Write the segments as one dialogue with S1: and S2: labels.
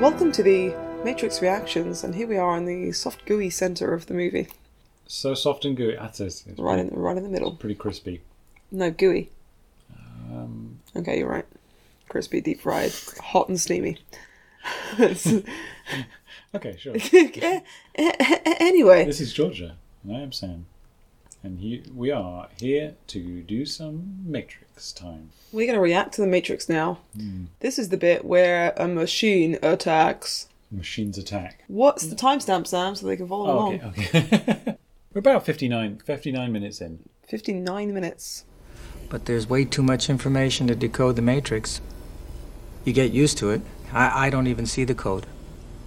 S1: Welcome to the Matrix Reactions, and here we are in the soft gooey centre of the movie,
S2: So soft and gooey. That's it. It's
S1: right in right in the middle.
S2: pretty crispy.
S1: No gooey.
S2: Um,
S1: Okay, you're right. Crispy, deep fried, hot and steamy. It's-
S2: okay, sure.
S1: Eh, eh, eh, anyway,
S2: this is Georgia, and I am Sam, and he, we are here to do some Matrix time.
S1: we're gonna react to the Matrix now.
S2: Hmm.
S1: This is the bit where a machine attacks.
S2: Machines attack.
S1: What's the timestamp, Sam, so they can follow
S2: Oh,
S1: along?
S2: okay, okay. We're about 59, 59 minutes in.
S1: Fifty-nine minutes.
S3: But there's way too much information to decode the matrix. You get used to it. I, I don't even see the code.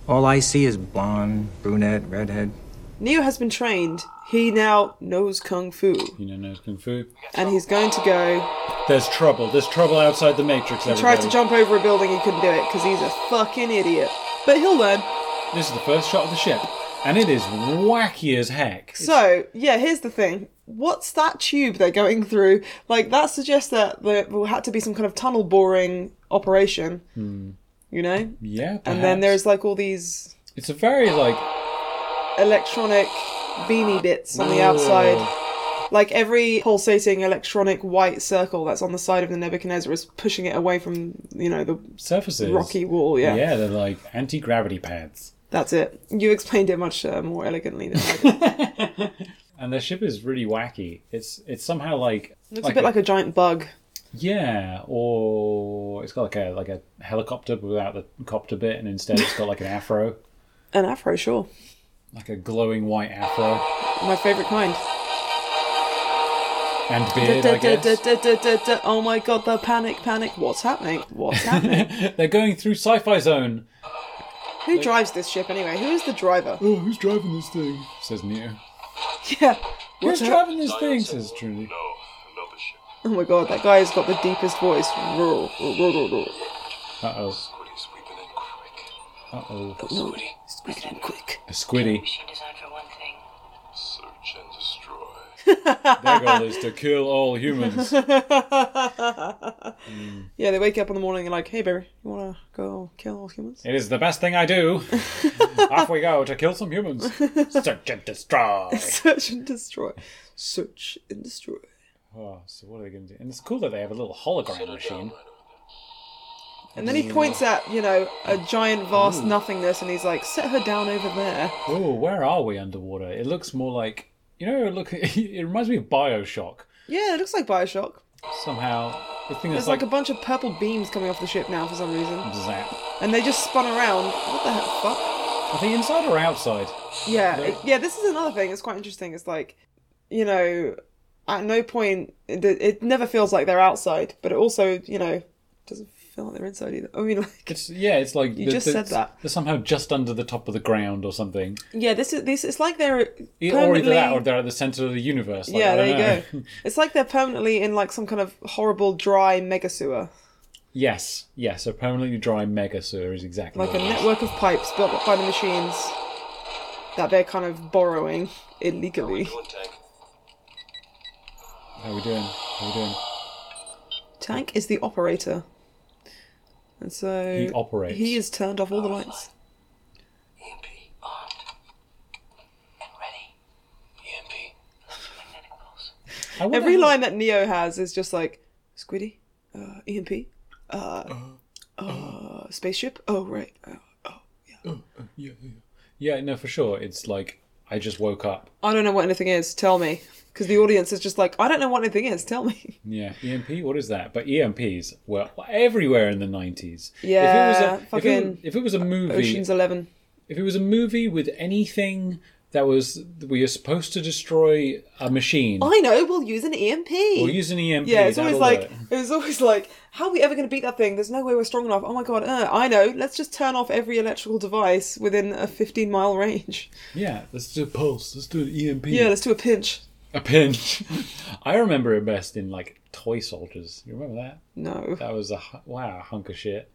S3: All I see is blonde, brunette, redhead.
S1: Neo has been trained. He now knows kung fu,
S2: You know, knows kung fu.
S1: and he's going to go
S2: There's trouble. There's trouble outside the Matrix.
S1: try
S2: Everybody.
S1: to jump over a building. He couldn't do it because he's a fucking idiot. But he'll learn.
S2: This is the first shot of the ship, and it is wacky as heck.
S1: So yeah, here's the thing. What's that tube they're going through? Like that suggests that there had to be some kind of tunnel boring operation. You know, and
S2: yeah,
S1: then
S2: perhaps.
S1: there's like all these
S2: it's a very like
S1: electronic beanie bits on the outside. Like every pulsating electronic white circle that's on the side of the Nebuchadnezzar is pushing it away from you know the
S2: surfaces,
S1: rocky wall. Yeah,
S2: yeah, they're like anti gravity pads.
S1: that's it. You explained it much uh, more elegantly than I did.
S2: and the ship is really wacky. It's it's somehow like
S1: Looks a bit like a giant bug.
S2: yeah, or it's got like a like a helicopter but without the copter bit, and instead it's got like an afro,
S1: An afro, sure,
S2: like a glowing white afro
S1: my favorite kind.
S2: and
S1: Da,
S2: beard.
S1: da,
S2: I
S1: da,
S2: guess
S1: da, da, da, da. Oh my god, the panic, panic. What's happening? What's happening?
S2: they're going through sci-fi zone.
S1: Who drives this ship anyway? Who is the driver?
S2: Oh, who's driving this thing? Says Neo.
S1: Yeah.
S2: Who's
S1: What's hap-
S2: driving this thing? Says Trinity.
S4: No, another ship.
S1: Oh my god, that guy has got the deepest voice. Roar, roar, roar, roar, roar.
S2: Uh oh.
S4: Squiddy's sweeping in quick.
S2: Uh oh.
S1: No, squeak it in quick.
S2: A squiddy.
S5: She designed for one thing.
S4: Search and destroy.
S2: Their goal is to kill all humans. Mm.
S1: Yeah, they wake up in the morning and like, hey baby, you wanna go kill all humans?
S2: It is the best thing I do. Off we go to kill some humans. Search and destroy.
S1: Search and destroy. Search and destroy.
S2: Oh, so what are they going to do? And it's cool that they have a little hologram machine.
S1: And then
S2: Mm.
S1: he points at, you know, a giant vast nothingness and he's like, set her down over there.
S2: Oh, where are we underwater? It looks more like you know. It look, it reminds me of Bioshock.
S1: Yeah, it looks like Bioshock.
S2: Somehow, the thing that's
S1: There's
S2: like,
S1: like a bunch of purple beams coming off the ship now for some reason.
S2: a zap.
S1: And they just spun around. What the heck? Fuck.
S2: Are they inside or outside?
S1: Yeah, it- yeah, this is another thing. It's quite interesting. It's like, you know, at no point, it, it never feels like they're outside, but it also, you know, doesn't feel like they're inside either. I mean, like,
S2: It's yeah. It's like
S1: You just said that.
S2: They're somehow just under the top of the ground or something.
S1: yeah, this is, this, it's like they're.
S2: E- Or either
S1: permanently-
S2: that, or they're at the center of the universe. Like,
S1: yeah,
S2: I don't
S1: there you go.
S2: know.
S1: It's like they're permanently in like some kind of horrible dry mega sewer,
S2: yes, yes. A permanently dry mega sewer is exactly
S1: like
S2: what
S1: a
S2: it is.
S1: network of pipes built up by the machines that they're kind of borrowing illegally.
S4: Doing tank.
S2: How we doing? How we doing?
S1: Tank is the operator. And so
S2: He operates.
S1: He has turned off all the lights.
S4: EMP.
S5: E Armed. E Ready.
S4: EMP.
S5: Magnetic pulse.
S2: I wonder
S1: Every
S2: how-
S1: line that Neo has is just like Squiddy, uh, EMP, uh, uh, spaceship. Oh right. Uh,
S2: Yeah, no, for sure. It's like I just woke up.
S1: I don't know what anything is. Tell me, because the audience is just like, I don't know what anything is. Tell me.
S2: Yeah, EMP. What is that? But EMPs were everywhere in the nineties.
S1: Yeah,
S2: if it was a, if it,
S1: fucking
S2: if it was a movie,
S1: Ocean's Eleven.
S2: if it was a movie with anything that was we are supposed to destroy a machine,
S1: I know. We'll use an EMP.
S2: we'll use an E EMP.
S1: yeah, it's always
S2: that'll
S1: like
S2: work.
S1: it was always like, how are we ever going to beat that thing? There's no way we're strong enough. Oh my god, uh, I know. Let's just turn off every electrical device within a 15 mile range.
S2: yeah, let's do a pulse. Let's do an EMP.
S1: Yeah, let's do a pinch.
S2: a pinch. I remember it best in like toy soldiers. You remember that?
S1: No,
S2: That was a hu- wow a hunk of shit.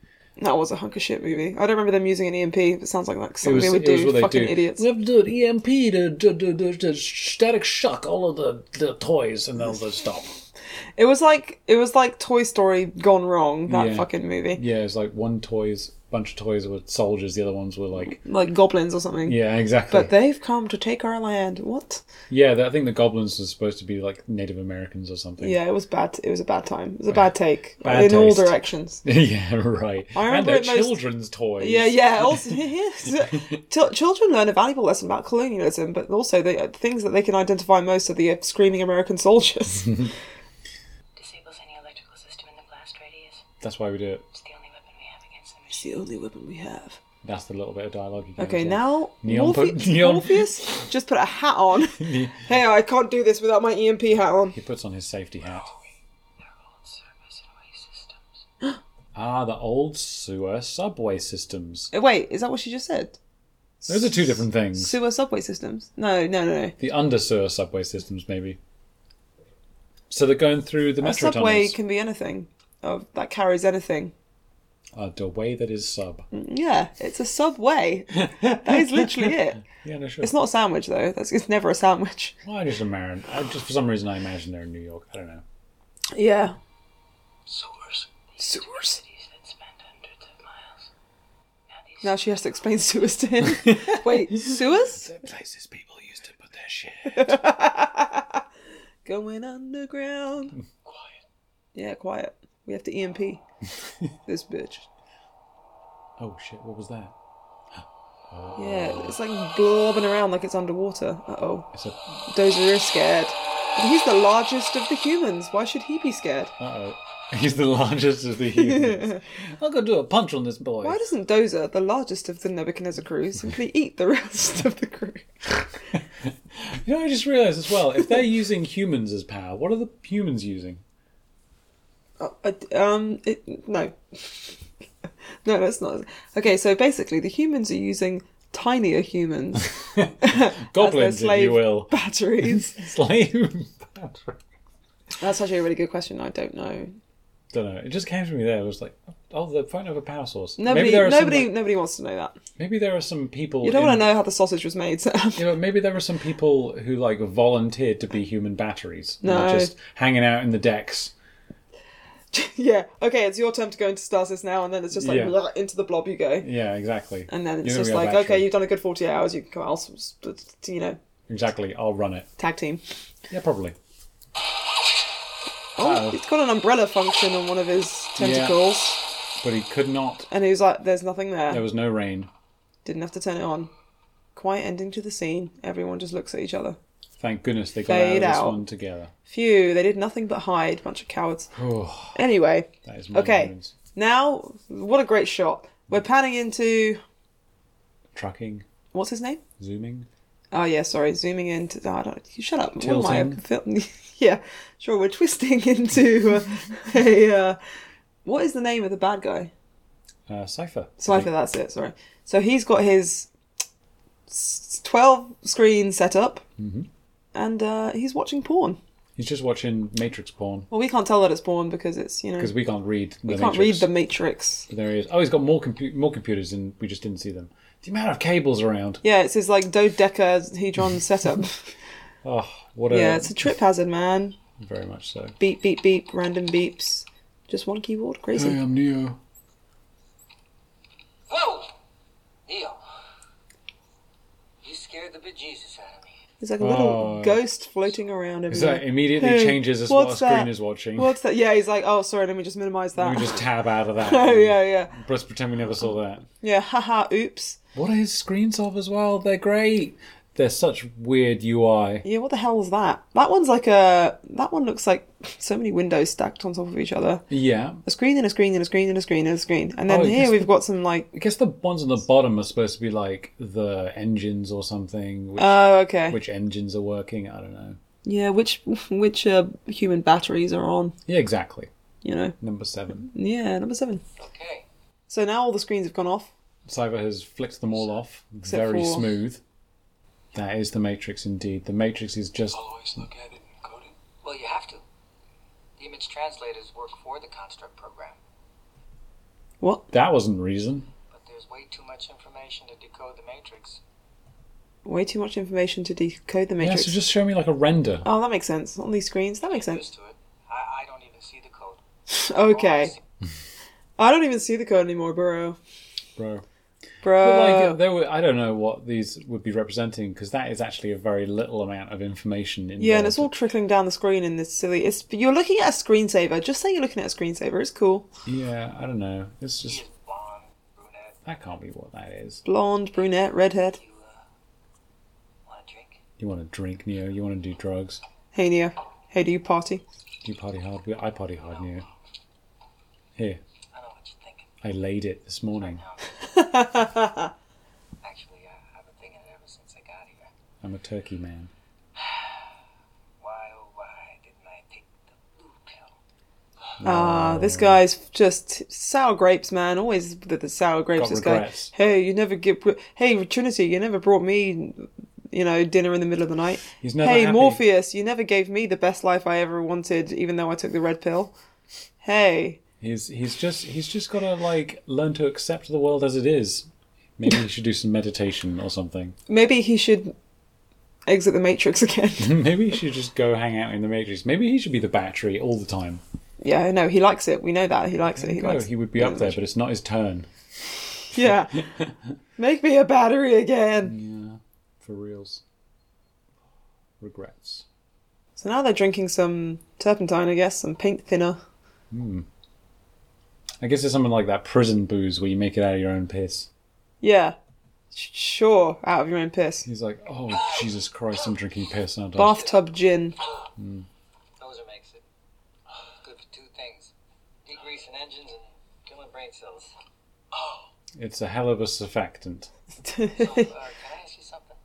S1: that was a hunk of shit movie. I don't remember them using an EMP. It sounds like like
S2: It
S1: something
S2: was,
S1: they would
S2: it was
S1: do.
S2: what they
S1: Fucking
S2: do.
S1: idiots.
S2: We have to do an EMP to, to, to, to, to static shock all of the, the toys and they'll just stop.
S1: It was like it was like Toy Story gone wrong. That
S2: Yeah.
S1: fucking movie.
S2: Yeah, it's like one toy's bunch of toys were soldiers, the other ones were like
S1: like goblins or something.
S2: yeah, exactly.
S1: But they've come to take our land. What?
S2: yeah, I think the goblins were supposed to be like Native Americans or something.
S1: Yeah, it was bad. It was a bad time. It was a bad take
S2: Bad
S1: in all
S2: taste.
S1: directions.
S2: yeah, right.
S1: I
S2: and
S1: remember
S2: they're
S1: it most-
S2: children's toys.
S1: Yeah, yeah. Also, yes. Til- children learn a valuable lesson about colonialism, but also the uh, things that they can identify most are the uh, screaming American soldiers.
S5: Disables any electrical system in the blast radius.
S2: That's why we do it.
S5: It's the only weapon we have against them.
S1: it's the only weapon we have.
S2: That's the little bit of dialogue you can
S1: Okay,
S2: get.
S1: now
S2: Neon
S1: Morphe-
S2: put- neon-
S1: Morpheus just put a hat on. hey, I can't do this without my EMP hat on.
S2: He puts on his safety hat.
S5: They're old service and waste systems.
S2: Ah, the old sewer subway systems.
S1: Uh, Wait, is that what she just said?
S2: Those are two different things.
S1: Sewer subway systems? No, no, no, no.
S2: the under sewer subway systems, maybe. So they're going through the
S1: A
S2: metro
S1: subway
S2: tunnels.
S1: can be anything. Oh, that carries anything.
S2: Uh, the way that is sub.
S1: Yeah, it's a subway. that is literally it.
S2: Yeah, no, sure.
S1: It's not a sandwich though. That's it's never a sandwich.
S2: Well, I just imagine. I just for some reason I imagine they're in New York. I don't know.
S1: Yeah.
S4: Sewers.
S1: Sewers.
S5: Cities that spend hundreds of miles. Now these
S1: Now she has to explain sewers to him. Wait, sewers?
S2: Places people used to put their shit.
S1: Going
S2: Hmm.
S1: underground.
S4: Quiet.
S1: Yeah, quiet. We have to EMP. this bitch.
S2: Oh shit! What was that?
S1: Yeah, it's like blobbing around like it's underwater. Uh oh.
S2: It's a.
S1: Dozer is scared. But he's the largest of the humans. Why should he be scared?
S2: Uh oh. He's the largest of the humans. I'll go do a punch on this boy.
S1: Why doesn't Dozer, the largest of the Nebuchadnezzar crew, simply eat the rest of the crew?
S2: You know, I just realised as well. If they're using humans as power, what are the humans using?
S1: Uh, uh, um, it, no. no, that's not. Okay, so basically, the humans are using tinier humans
S2: Goblins, if
S1: slave
S2: you will.
S1: batteries.
S2: Slave. battery.
S1: that's actually a really good question. I don't know.
S2: don't know. It just came to me there. It was like, oh, they're fighting over power source.
S1: Nobody,
S2: maybe there are
S1: nobody,
S2: Some, like,
S1: nobody wants to know that.
S2: maybe there are some people.
S1: You don't
S2: in-
S1: want to know how the sausage was made, Sam.
S2: You know, maybe there were some people who like volunteered to be human batteries. and
S1: No.
S2: were just hanging out in the decks.
S1: yeah. Okay, it's your turn to go into stasis now, and then it's just like
S2: Yeah.
S1: blah, into the blob you go,
S2: Yeah, exactly.
S1: and then it's
S2: You're gonna
S1: just
S2: be a
S1: like,
S2: battery.
S1: okay, you've done a good forty hours. You can come out, you know,
S2: exactly. I'll run it.
S1: tag team.
S2: Yeah, probably.
S1: Oh,
S2: Oh.
S1: it's got an umbrella function on one of his tentacles,
S2: But he could not.
S1: and he was like, "There's nothing there."
S2: There was no rain.
S1: Didn't have to turn it on. Quiet ending to the scene. Everyone just looks at each other.
S2: Thank goodness they got
S1: Fade
S2: out of this
S1: out.
S2: one together.
S1: Phew, they did nothing but hide. Bunch of cowards.
S2: Oh,
S1: Anyway,
S2: that is
S1: Okay.
S2: okay.
S1: now, what a great shot. We're panning into.
S2: Trucking,
S1: What's his name?
S2: zooming.
S1: Oh, yeah, sorry. Zooming into. Oh, I don't, you shut up. What am I,
S2: Tilting.
S1: film- yeah, sure. We're twisting into uh, a. Uh, what is the name of the bad guy?
S2: Uh, Cipher.
S1: Cypher, that's it, sorry. So he's got his s- 12 screen set up,
S2: Mm-hmm.
S1: and uh, he's watching porn.
S2: He's just watching Matrix porn
S1: Well, we can't tell that it's porn because it's you know
S2: because
S1: we
S2: we can't read. The
S1: can't
S2: Matrix.
S1: read the Matrix.
S2: But there he is. Oh, he's got more compu- more computers, and we just didn't see them. The amount of cables around.
S1: Yeah, it's his like dodecahedron setup.
S2: Oh, what a
S1: yeah, it's a trip hazard, man.
S2: very much so.
S1: Beep beep beep, random beeps. Just one keyboard, crazy.
S2: I'm Neo.
S5: Whoa! Neil. You scared the bejesus out of me.
S1: It's like a little
S2: Oh.
S1: ghost floating around
S2: So
S1: everywhere.
S2: that immediately
S1: Hey,
S2: changes as
S1: what's
S2: what screen
S1: that?
S2: is watching.
S1: What's that? Yeah, he's like, oh, sorry, let me just minimize that.
S2: We just tab out of that.
S1: oh yeah, yeah,
S2: Let's pretend we never saw that.
S1: yeah. Haha, oops.
S2: What are his screens of as well? They're great. They're such weird UI.
S1: Yeah, what the hell is that? That one's like a. That one looks like so many windows stacked on top of each other.
S2: Yeah.
S1: A screen and a screen and a screen and a screen and a screen. And then
S2: Oh,
S1: here
S2: yes.
S1: we've got some like.
S2: I guess the ones on the bottom are supposed to be like the engines or something. Which,
S1: Oh, okay.
S2: which engines are working? I don't know.
S1: Yeah, which which uh, human batteries are on?
S2: Yeah, exactly.
S1: You know.
S2: Number seven.
S1: Yeah, number seven.
S5: Okay.
S1: So now all the screens have gone off.
S2: Cyber has flicked them all off. very
S1: for-
S2: smooth. That is the Matrix indeed. The Matrix is just
S4: Always look at it and code it.
S5: Well, you have to. The image translators work for the construct program,
S1: What?
S2: that wasn't reason.
S5: but there's way too much information to decode the matrix.
S1: Way too much information to decode the
S2: Yeah,
S1: matrix.
S2: so just show me like a render.
S1: Oh, that makes sense. On these screens, that makes sense.
S5: Used to it. I, I don't even see the code. All I
S1: Okay.
S5: see-
S1: I don't even see the code anymore, Burrow.
S2: bro. But
S1: bro.
S2: like, uh, there were, I don't know what these would be representing because that is actually a very little amount of information. Involved.
S1: yeah, and it's all trickling down the screen in this silly. It's you're looking at a screensaver. Just say you're looking at a screensaver. It's cool.
S2: Yeah, I don't know. It's
S4: He
S2: just
S4: is blonde, brunette.
S2: that can't be what that is.
S1: Blonde, brunette, redhead.
S5: You, uh, want a drink?
S2: You want to drink, Neo? You want to do drugs?
S1: Hey Neo. Hey, do you party?
S2: Do you party hard? I party hard, Neo. Here,
S5: I know what you're thinking.
S2: I laid it this morning.
S5: Actually, I, I've been thinking it ever since I got here.
S2: I'm a turkey man.
S5: Why, oh, why didn't I take the blue pill?
S1: Ah,
S2: Um,
S1: this guy's just sour grapes, man. Always the, the sour grapes.
S2: Got
S1: this
S2: regrets.
S1: guy. Hey, you never give. Hey, Trinity, you never brought me, you know, dinner in the middle of the night.
S2: He's never
S1: hey,
S2: happy.
S1: Morpheus, you never gave me the best life I ever wanted, even though I took the red pill. Hey,
S2: He's he's just he's just got to like learn to accept the world as it is. Maybe he should do some meditation or something.
S1: maybe he should exit the Matrix again.
S2: Maybe he should just go hang out in the Matrix. Maybe he should be the battery all the time.
S1: yeah, no, he likes it. We know that he likes it. He
S2: No,
S1: likes.
S2: he would be up there, but it's not his turn.
S1: Yeah, make me a battery again.
S2: Yeah, for reals. Regrets.
S1: So now they're drinking some turpentine, I guess, some paint thinner.
S2: I guess it's something like that prison booze where you make it out of your own piss.
S1: Yeah, Sh- sure, out of your own piss.
S2: He's like, oh Jesus Christ, I'm drinking piss. Aren't I?
S1: Bathtub gin.
S5: Dozer makes it. Good for two things degreasing engines and killing brain cells.
S2: It's a hell of a surfactant.
S5: Uh, can I ask you something?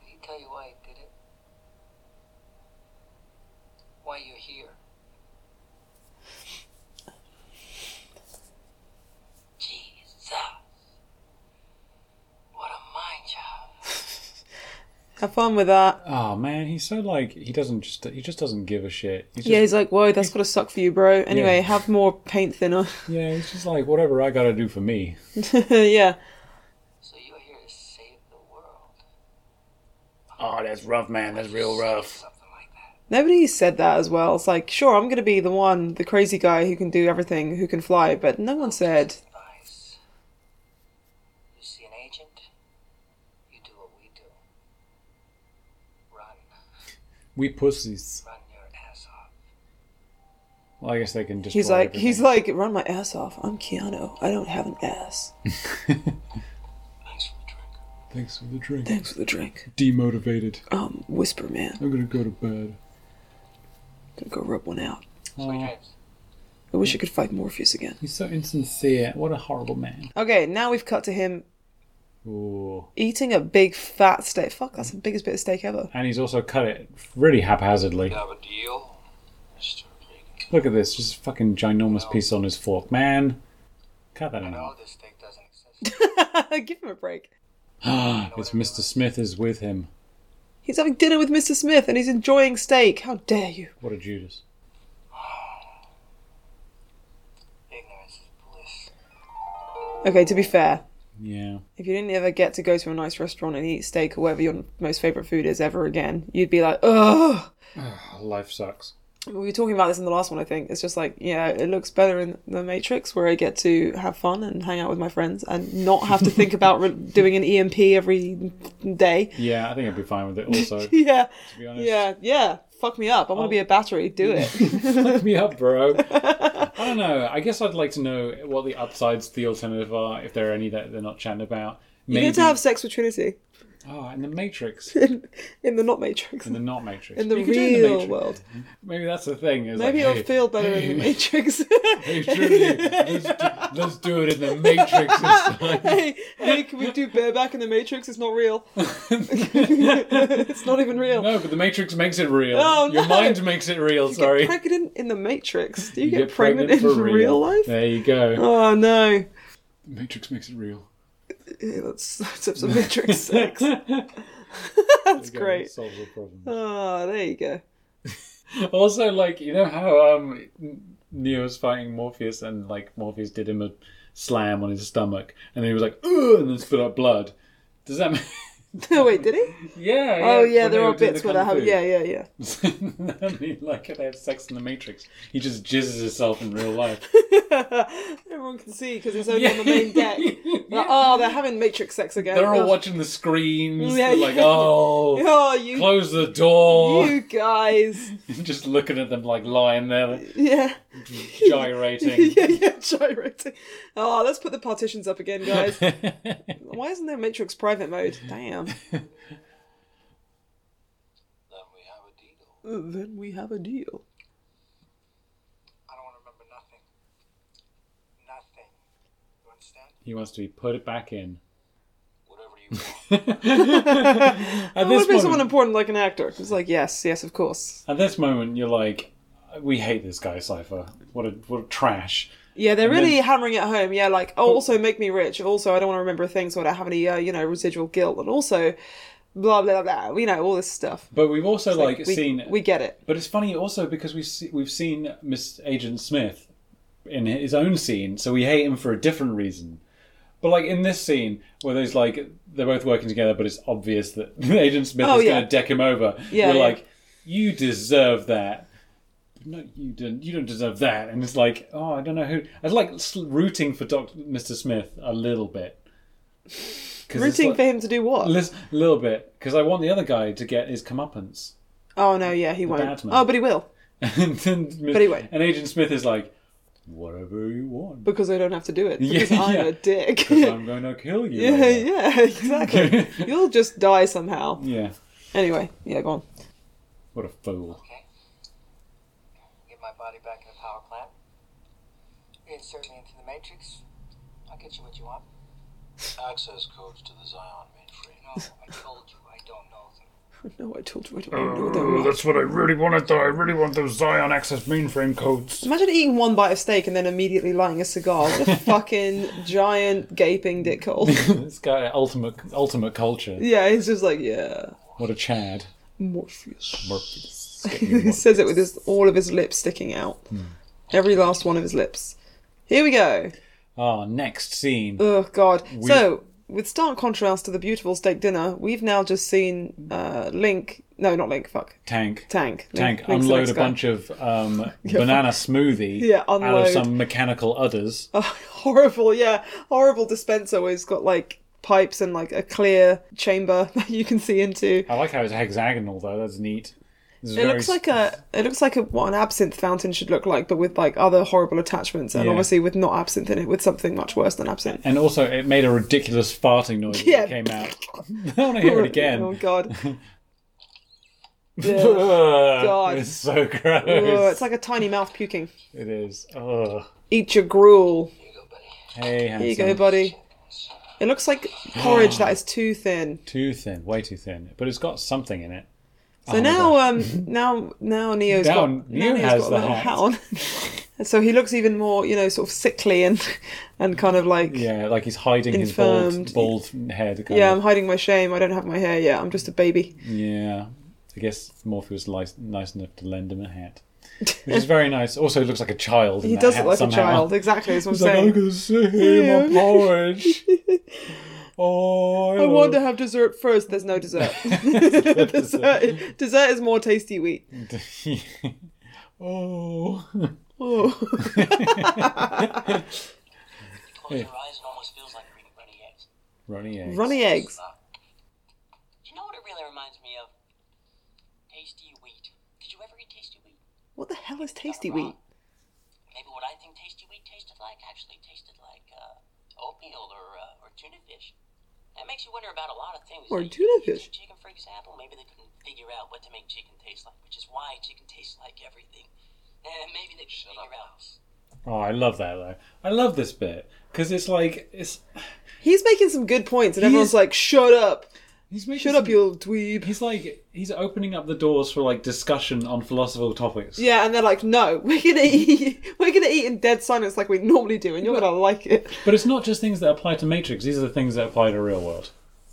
S5: Did he tell you why he did it? Why you're here? Jesus. What a mind job.
S1: Have fun with that.
S2: Oh man, he's so like he doesn't just he just doesn't give a shit. He's
S1: yeah,
S2: just,
S1: he's like, whoa, that's gotta suck for you, bro. Anyway,
S2: Yeah.
S1: have more paint thinner.
S2: yeah, he's just like whatever I gotta do for me.
S1: yeah.
S5: So you're here to save the world.
S2: Oh, that's rough, man. That's real rough.
S5: Something like that.
S1: Nobody said that as well. It's like, sure, I'm gonna be the one, the crazy guy who can do everything, who can fly, but no one said,
S5: Advice. You see an agent, you do what we do. Run.
S2: We pussies.
S5: Run your ass off.
S2: Well, I guess they can just.
S1: he's like, he's like, run my ass off. I'm Keanu. I don't have an ass.
S5: Thanks for the drink.
S2: thanks for
S1: Thanks for the
S2: the drink.
S1: drink.
S2: Demotivated.
S1: Um, Whisper Man.
S2: I'm gonna go to bed.
S1: Gonna go rub one out.
S5: Sweet dreams.
S1: I wish I could fight Morpheus again.
S2: He's so insincere. What a horrible man.
S1: Okay, now we've cut to him
S2: Ooh.
S1: eating a big fat steak. Fuck, that's the biggest bit of steak ever.
S2: And he's also cut it really haphazardly.
S4: You have a deal, Mr. Regan.
S2: Look at this, just a fucking ginormous piece on his fork. Man, cut that in
S5: No,
S2: half.
S5: this steak doesn't exist.
S1: Give him a break.
S2: it's Mr. Smith is with him.
S1: He's having dinner with Mr. Smith and he's enjoying steak. How dare you?
S2: What a Judas.
S5: Ignorance is bliss.
S1: Okay, to be fair,
S2: Yeah.
S1: if you didn't ever get to go to a nice restaurant and eat steak or whatever your most favourite food is ever again, you'd be like, ugh.
S2: Life sucks.
S1: We were talking about this in the last one, I think. It's just like, yeah, it looks better in The Matrix where I get to have fun and hang out with my friends and not have to think about re- doing an EMP every day.
S2: Yeah, I think I'd be fine with it also, to
S1: Yeah,
S2: be honest.
S1: yeah, yeah. Fuck me up. I want to be a battery. Do it.
S2: Fuck me up, bro. I don't know. I guess I'd like to know what the upsides to the alternative are, if there are any that they're not chatting about.
S1: You
S2: Maybe.
S1: get to have sex with Trinity
S2: Oh, and the Matrix.
S1: in, in the not Matrix.
S2: And the not Matrix.
S1: in the
S2: You could do it in the
S1: real
S2: Matrix.
S1: world.
S2: Maybe that's the thing. Is
S1: Maybe
S2: like,
S1: it'll
S2: hey,
S1: feel better in the Matrix.
S2: Hey, Trinity, let's, do, let's do it in the Matrix this
S1: hey, hey, can we do bareback in the Matrix? It's not real.
S2: time.
S1: It's not even real.
S2: no, but the Matrix makes it real.
S1: Oh, no.
S2: Your mind makes it real,
S1: you
S2: sorry.
S1: get pregnant in the Matrix. Do you,
S2: You
S1: get, pregnant, in real, life?
S2: There you go.
S1: Oh no.
S2: The Matrix makes it real.
S1: Yeah, Let's, let's have some Matrix sex. That's great.
S2: Solves all problems.
S1: Oh, there you go.
S2: Also, like you know how um Neo was fighting Morpheus and like Morpheus did him a slam on his stomach and then he was like ooh and then spit out blood. Does that make,
S1: oh wait, did he?
S2: Yeah.
S1: Oh yeah, there
S2: when they
S1: are
S2: were doing
S1: bits
S2: the
S1: where they
S2: kung
S1: have
S2: fu.
S1: yeah, yeah, yeah.
S2: I mean, like they have sex in the Matrix. He just jizzes himself in real life.
S1: Everyone can see because it's only on the main deck. Like, oh, they're having Matrix sex again.
S2: They're all
S1: Ugh.
S2: watching the screens.
S1: Yeah,
S2: They're like,
S1: yeah.
S2: oh,
S1: Oh, you,
S2: close the door.
S1: you guys.
S2: just looking at them like lying there, like,
S1: Yeah.
S2: gyrating.
S1: yeah, yeah, gyrating. Oh, let's put the partitions up again, guys. Why isn't there Matrix private mode? Damn.
S4: Then we have a deal.
S1: Then we have a deal.
S5: I don't want to remember nothing. Nothing. You understand?
S2: he wants to be put back in.
S4: Whatever you
S2: At
S4: want.
S1: What
S2: this
S1: if it's someone
S2: moment,
S1: important like an actor? It's like, yes, yes, of course.
S2: at this moment, you're like, we hate this guy, Cipher. What a what a trash.
S1: Yeah, they're
S2: then-
S1: really hammering it home. Yeah, like, oh, also make me rich. Also, I don't want to remember things so I don't have any, uh, you know, residual guilt. And also, blah, blah, blah, blah. You know, all this stuff.
S2: But we've also like,
S1: we,
S2: seen
S1: we get it.
S2: But it's funny also because we see, we've seen Miss Agent Smith in his own scene, so we hate him for a different reason. But like in this scene where there's like they're both working together, but it's obvious that Agent Smith
S1: Oh,
S2: is
S1: yeah.
S2: going to deck him over.
S1: Yeah,
S2: We're
S1: yeah.
S2: like, you deserve that. But No, you didn't. You don't deserve that. And it's like, oh, I don't know who. I was like s- rooting for Doctor Mister Smith a little bit. 'Cause it's
S1: Rooting
S2: like-
S1: for him to do what?
S2: lis- little bit because I want the other guy to get his comeuppance.
S1: oh, no, yeah, he won't.
S2: bad man.
S1: Oh, but he will.
S2: and then Smith,
S1: But he won't.
S2: and Agent Smith is like, whatever you want,
S1: Because I don't have to do it. Because
S2: Yeah,
S1: I'm
S2: yeah.
S1: a dick.
S2: 'cause I'm going to kill you.
S1: Yeah,
S2: later."
S1: yeah, exactly. You'll just die somehow.
S2: Yeah.
S1: Anyway, yeah, go on.
S2: What a fool.
S5: Okay. Get my body back in the power plant. Insert me into the matrix. I'll get you what you want.
S4: Access codes to the Zion mainframe.
S5: No, I told you I don't know them.
S1: No, I told you I don't know what
S2: Uh,
S1: they were.
S2: that's what I really wanted, though. I really want those Zion access mainframe codes.
S1: Imagine eating one bite of steak and then immediately lighting a cigar. What a fucking giant gaping dick hole.
S2: this guy, ultimate, ultimate culture.
S1: Yeah, he's just like, yeah,
S2: What a Chad.
S1: Morpheus.
S2: Morpheus. Get me
S1: he
S2: Morpheus.
S1: says it with his, all of his lips sticking out.
S2: Hmm.
S1: Every last one of his lips. Here we go.
S2: Ah, next scene.
S1: Oh, God. So, with stark contrast to the beautiful steak dinner, we've now just seen uh, Link. No, not Link, fuck.
S2: Tank.
S1: Tank. Link-
S2: Tank
S1: Link's the
S2: unload
S1: next
S2: a
S1: guy.
S2: bunch of um, banana smoothie
S1: Yeah,
S2: out
S1: unload. Uh.
S2: of some mechanical udders.
S1: horrible, yeah, horrible dispenser where it's got like pipes and like a clear chamber that you can see into.
S2: I like how it's hexagonal though. That's neat. This is
S1: It
S2: very
S1: looks like a it looks like a, what an absinthe fountain should look like, but with like other horrible attachments, and
S2: Yeah.
S1: obviously with not absinthe in it, with something much worse than absinthe.
S2: And also, it made a ridiculous farting noise
S1: Yeah.
S2: when it came out. I want to hear it
S1: Oh
S2: again.
S1: god.
S2: Ugh,
S1: Yeah. God.
S2: It's so gross.
S1: Oh, it's like a tiny mouth puking.
S2: It is. Ugh.
S1: Eat your gruel.
S5: Here you go, buddy.
S2: Hey, handsome.
S1: Here you go, buddy. It looks like porridge that is too thin.
S2: Too thin, way too thin. But it's got something in it.
S1: So
S2: Oh
S1: now, um, now, now Neo's
S2: Now
S1: got
S2: Neo
S1: now Neo's
S2: has
S1: got a
S2: the
S1: little
S2: hat.
S1: hat on, and so he looks even more, you know, sort of sickly and and kind of like, yeah,
S2: Yeah, like he's hiding his
S1: Infirmed.
S2: bald, bald head. Kind
S1: I'm
S2: Of.
S1: hiding my shame. I don't have my hair yet. I'm just a baby.
S2: Yeah. I guess Morpheus was nice enough to lend him a hat, which is very nice. Also, he looks like a child. in
S1: He
S2: that
S1: does
S2: hat
S1: look like
S2: somehow.
S1: a child. Exactly, that's what I'm
S2: He's like, "Oh, I'm
S1: saying.
S2: gonna sit here in my
S1: Yeah.
S2: porridge. Oh,
S1: I want to have dessert first. There's no dessert. dessert. dessert is more tasty wheat.
S2: oh.
S1: Oh.
S5: Close your eyes, it almost feels like reading Bunny Eggs.
S2: Runny eggs.
S1: Runny eggs.
S5: You know what it really reminds me of? Tasty wheat. Did you ever eat tasty wheat?
S1: What the hell is tasty wheat?
S5: Maybe what I think tasty wheat tasted like actually tasted like uh, oatmeal or uh, or tuna fish. That makes you wonder about a lot of things.
S1: Or
S5: You-
S1: tuna
S5: you
S1: fish.
S5: take Chicken, for example, maybe they couldn't figure out what to make chicken taste like, which is why chicken tastes like everything. And maybe they could figure out.
S2: Oh, I love that though. I love this bit because it's like it's
S1: He's making some good points, and
S2: He
S1: everyone's
S2: is-
S1: like, "Shut up!
S2: he's making
S1: Shut up,
S2: some-
S1: you little dweeb!"
S2: He's like he's opening up the doors for like discussion on philosophical topics.
S1: Yeah, and they're like, no, we're gonna
S2: Mm-hmm.
S1: eat, we're gonna eat in dead silence like we normally do, and you're gonna like it.
S2: But it's not just things that apply to Matrix. These are the things that apply to real world.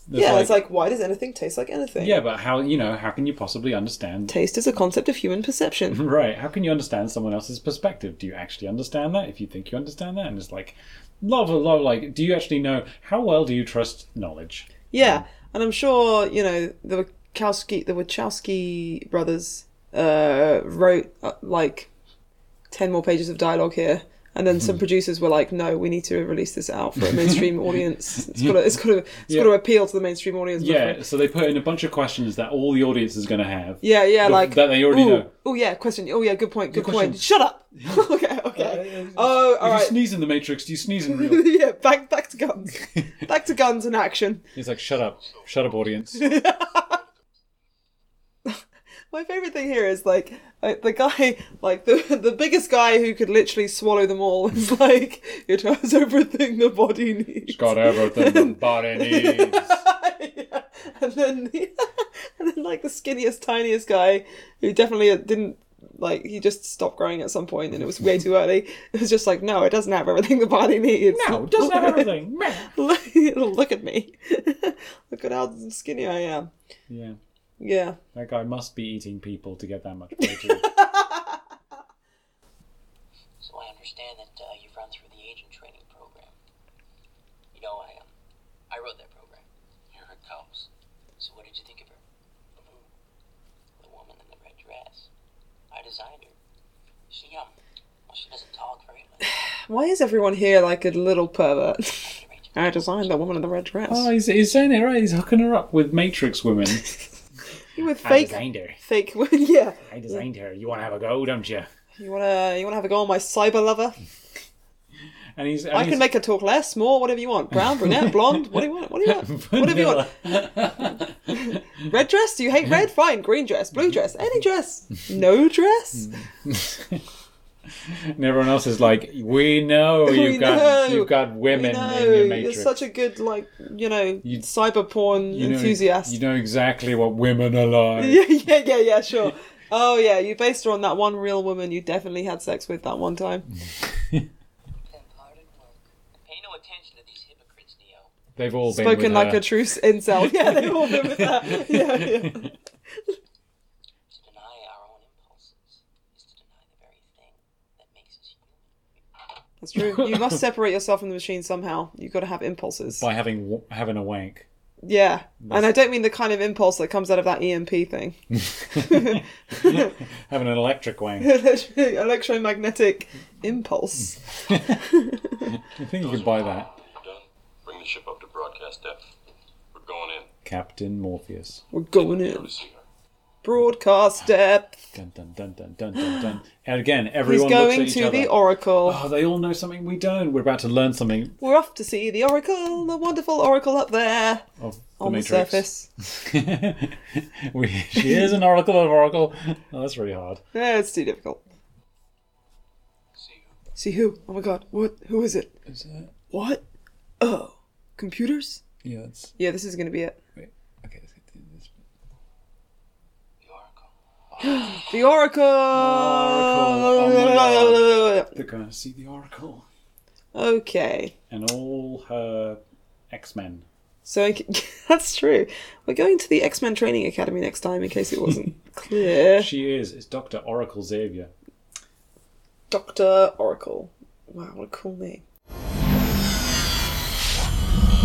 S2: There's
S1: yeah, it's like, why does anything taste like anything?
S2: yeah, but how you know how can you possibly understand?
S1: taste is a concept of human perception.
S2: Right? How can you understand someone else's perspective? Do you actually understand that? If you think you understand that, and it's like love, love, like do you actually know how well do you trust knowledge?
S1: yeah, And I'm sure, you know, the Wachowski, the Wachowski brothers uh, wrote uh, like 10 more pages of dialogue here. And then
S2: Mm-hmm.
S1: some producers were like, no, we need to release this out for a mainstream audience. It's got to, it's got to, it's
S2: Yeah.
S1: got to appeal to the mainstream audience. before
S2: Yeah, so they put in a bunch of questions that all the audience is going to have.
S1: Yeah, yeah,
S2: That-
S1: like
S2: that they already
S1: ooh,
S2: know.
S1: Oh yeah, question. Oh yeah, good point. Good,
S2: Good
S1: point.
S2: question.
S1: Shut up. okay, okay. oh, all
S2: if you
S1: right.
S2: sneeze in the Matrix, do you sneeze in real?
S1: yeah, back back to guns. back to guns and action.
S2: He's like, shut up, shut up, audience.
S1: My favorite thing here is like uh, the guy, like the the biggest guy who could literally swallow them all is like it has everything the body needs.
S2: Got everything the body needs.
S1: Yeah. And then, the, and then, like the skinniest, tiniest guy who definitely didn't like he just stopped growing at some point, and it was way too early. It was just like, no, it doesn't have everything the body needs.
S2: No, it doesn't have everything.
S1: Look- Look at me. Look at how skinny I am.
S2: yeah,
S1: Yeah.
S2: that guy must be eating people to get that much protein.
S5: So I understand that uh, you've run through the agent training program. You know, I um, I wrote that program. Here it comes. So what did you think of her? The woman in the red dress. I designed her. She um, well, she doesn't talk very much.
S1: Why is everyone here like a little pervert?
S5: I can arrange
S1: I designed the woman in the red dress.
S2: oh, he's, he's saying it right. He's hooking her up with Matrix women.
S1: you with fake,
S2: her.
S1: fake. yeah.
S2: I designed her. You want to have a go, don't you?
S1: You wanna, you wanna have a go on my cyber lover?
S2: And he's. And
S1: I can
S2: he's-
S1: make her talk less, more, whatever you want. Brown, brunette, blonde. What do you want? What do you want? Whatever you want. Red dress? Do you hate red? Fine. Green dress, blue dress, any dress. No dress.
S2: And everyone else is like, we know
S1: We
S2: you've got
S1: know.
S2: you've got women
S1: no,
S2: in your
S1: you're
S2: Matrix.
S1: such a good like, you know,
S2: You-
S1: cyber porn
S2: You know-
S1: enthusiast.
S2: You know exactly what women are like.
S1: yeah, yeah, yeah, yeah, sure. Oh yeah, you based her on that one real woman you definitely had sex with that one time.
S5: Them hard at work. Pay no attention to these hypocrites, Neo.
S2: They've all been
S1: Spoken
S2: with
S1: like
S2: her.
S1: a true s- incel. Yeah, they've all been with that. Yeah, yeah.
S5: To deny our own impulses is to deny the very thing that makes us human.
S1: That's true. You must separate yourself from the machine somew. You've got to have impulses.
S2: by having w- having a wank.
S1: Yeah. And I don't mean the kind of impulse that comes out of that EMP thing.
S2: Having an electric wank.
S1: Electromagnetic
S2: Mm.
S1: impulse.
S2: I think you could buy that.
S4: Done. Bring the ship up to broadcast depth. We're going in.
S2: Captain Morpheus.
S1: We're going
S4: Go
S1: in.
S4: to see her.
S1: Broadcast depth.
S2: Dun dun dun dun dun dun dun. And again,
S1: He's
S2: everyone looks at
S1: going
S2: each
S1: to
S2: other.
S1: the Oracle.
S2: oh, they all know something we don't. We're about to learn something
S1: We're off to see the Oracle, the wonderful Oracle up there
S2: of the
S1: on
S2: Matrix.
S1: the surface.
S2: we, she is an oracle of oracle. Oh, that's really hard.
S1: Yeah, it's too difficult.
S4: See who
S1: See who? Oh my god, what? Who is it?
S2: Is it?
S1: What? Oh, computers?
S2: Yeah, that's
S1: Yeah, this is gonna be it.
S2: wait. Okay, let's get to this.
S4: the Oracle.
S1: The Oracle!
S2: Oh my They're gonna see the oracle
S1: Okay.
S2: and all her X Men.
S1: So in ca- that's true. We're going to the X Men Training Academy next time, in case it wasn't clear.
S2: She is. It's Doctor Oracle Xavier.
S1: Doctor Oracle. Wow, what a cool name.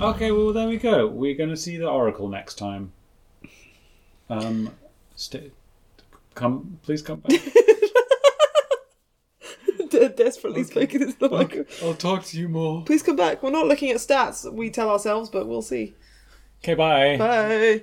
S2: Okay, well there we go. We're going to see the Oracle next time. Um, stay. Come, please come back.
S1: De- Desperately speaking into the microphone.
S2: I'll talk to you more.
S1: Please come back. We're not looking at stats. We tell ourselves, but we'll see.
S2: Okay, bye.
S1: Bye.